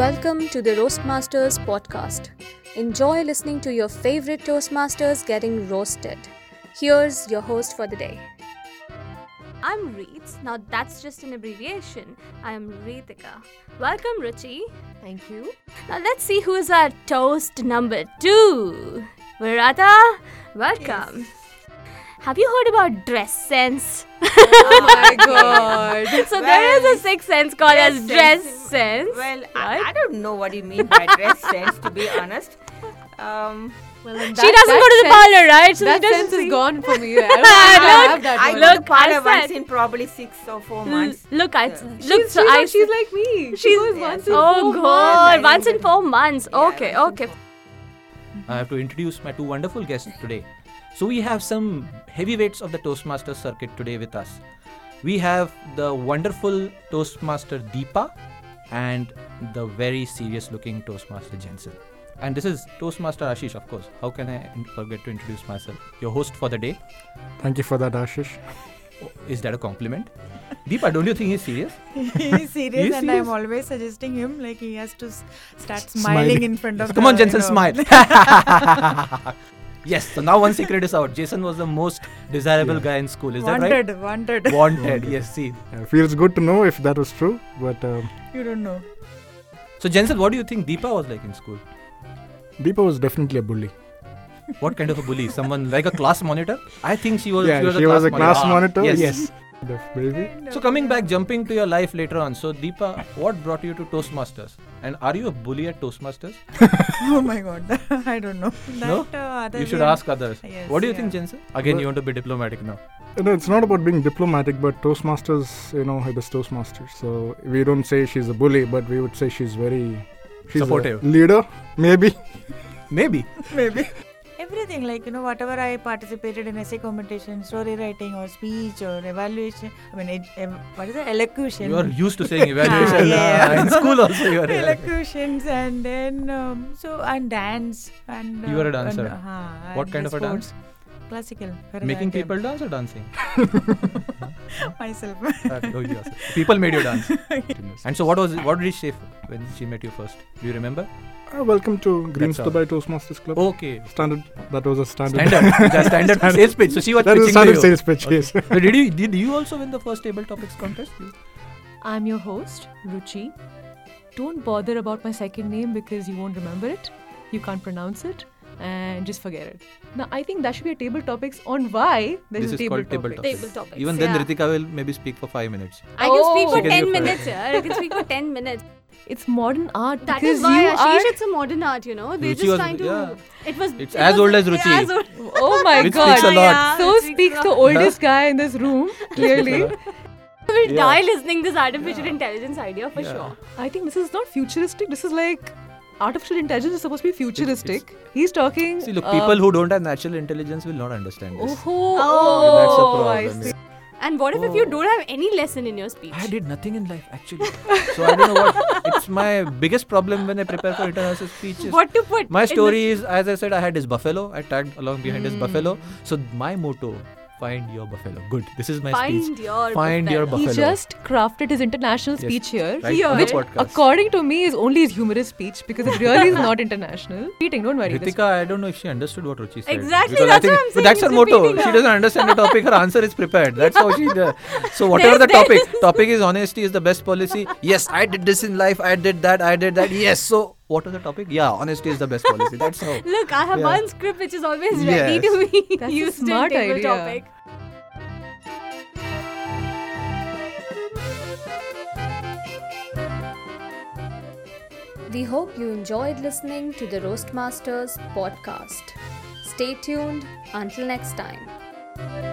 Welcome to the Roastmasters podcast. Enjoy listening to your favorite Toastmasters getting roasted. Here's your host for the day. I'm Reets. Now that's just an abbreviation. I am Ritika. Welcome, Richie. Thank you. Now let's see who is our toast number two. Virata, welcome. Have you heard about dress sense? Oh my god. So there is a sixth sense called dress as dress sense. sense. Well, I, I don't know what you mean by dress sense, to be honest. Um, she she doesn't go to the parlor, right? So That she doesn't sense is see- gone for me. I don't have that I one. go to Look, I parlor once said- in probably six or four L- months. Look, I Yeah. look. She's, she's, so I like- she's like me. She She's- goes yeah, once in oh four months. god, months. once in four months. Yeah, okay, once okay. in I have to introduce my two wonderful guests today. So we have some heavyweights of the Toastmasters circuit today with us. We have the wonderful Toastmaster Deepa and the very serious looking Toastmaster Jensen. And this is Toastmaster Ashish, of course. How can I in- forget to introduce myself? Your host for the day. Thank you for that, Ashish. Oh, Is that a compliment? Deepa, don't you think he's serious? he's serious He's and serious? I'm always suggesting him like he has to s- start smiling, Smiling. in front of Come on, the, you Jensen, know. smile. yes, so now one secret is out. Jason was the most desirable Yeah. guy in school. Is that right? wanted, wanted. Wanted. Yes, see. Uh, feels good to know if that was true, but um You don't know. So Jensen, what do you think Deepa was like in school? Deepa was definitely a bully. What kind of a bully? Someone like a class monitor? I think Oh, she was. yeah, she was, a class monitor. Ah, Yes. Kind of, maybe. Kind So of, coming yeah. back, jumping to your life later on. So Deepa, what brought you to Toastmasters? And are you a bully at Toastmasters? Oh my god, I don't know. That, No? uh, other You should way- ask others. Yes, what do you yeah. think, Jensen? Again, Well- you want to be diplomatic now. You know, it's not about being diplomatic, but Toastmasters, you know, it is Toastmasters. So we don't say she's a bully, but we would say she's very she's a Supportive. leader, maybe. Maybe. Maybe. Everything like you know, whatever I participated in essay competition, story writing, or speech, or evaluation. I mean, ed- em- what is it? Elocution. You are used to saying evaluation. yeah. ah, in school also you are. elocutions and then um, so and dance and You were a dancer. and, uh-huh, What and kind the of a dance? sports. Classical. Making Bharatanatyam. people dance or dancing? myself. Ah, no, you also- people made you dance. And so what was what did she f- when she met you first? Do you remember? Uh, welcome to all. Greenster by Toastmasters Club. Okay. Standard. That was a standard. Standard, the standard sales pitch. So she was that was a pitching to standard you. sales pitch. Okay. Yes. So did you did you also win the first table topics contest? You- I'm your host, Ruchi. Don't bother about my second name because you won't remember it, you can't pronounce it, and just forget it. Now, I think that should be a table topics on why there This is a is table called table topic. topic. Table topics. Even yeah. then, Ritika will maybe speak for five minutes. I can speak for Oh. She can ten be a minutes. Yeah, I can speak for ten minutes. It's modern art That because is why you Ashish, are. it's a modern art. You know, they're Ruchi just was- trying to. yeah. It was. It's it as was- old as it's Ruchi. as old- Oh my Which god! speaks a lot. Yeah, So it speaks a the lot. oldest guy in this room. Clearly, I will Yeah. die listening this artificial intelligence idea for Yeah. sure. I think this is not futuristic. This is like artificial intelligence is supposed to be futuristic. He's talking. See, look, uh, people who don't have natural intelligence will not understand Oh, this. Oh, That's a oh, I problem. see. And what if, if you don't have any lesson in your speech? Oh. I did nothing in life actually, so I don't know what. It's my biggest problem when I prepare for international speeches. What to put? My in the- Hmm. story is, as I said, I had this buffalo. I tagged along behind this buffalo. So my motto: find your buffalo. Good. This is my speech. Find your Find your buffalo. He buffalo. just crafted his international Yes, speech here. right, on the Which podcast. According to me, is only his humorous speech because it really is not international. Cheating, don't worry. this- Ritika, I don't know if she understood what Ruchi said. Exactly, because I that's think- what I'm but saying, That's her it's motto. repeating She her. doesn't understand the topic. Her answer is prepared. That's how she. Uh, so whatever the There's- topic, topic is honesty is the best policy. Yes, I did this in life. I did that. I did that. Yes. So what was the topic? Yeah, honesty is the best policy. That's how. Look, I have Yeah. one script which is always ready Yes. to be That's a used in smart table idea. topic. We hope you enjoyed listening to the Roastmasters podcast. Stay tuned until next time.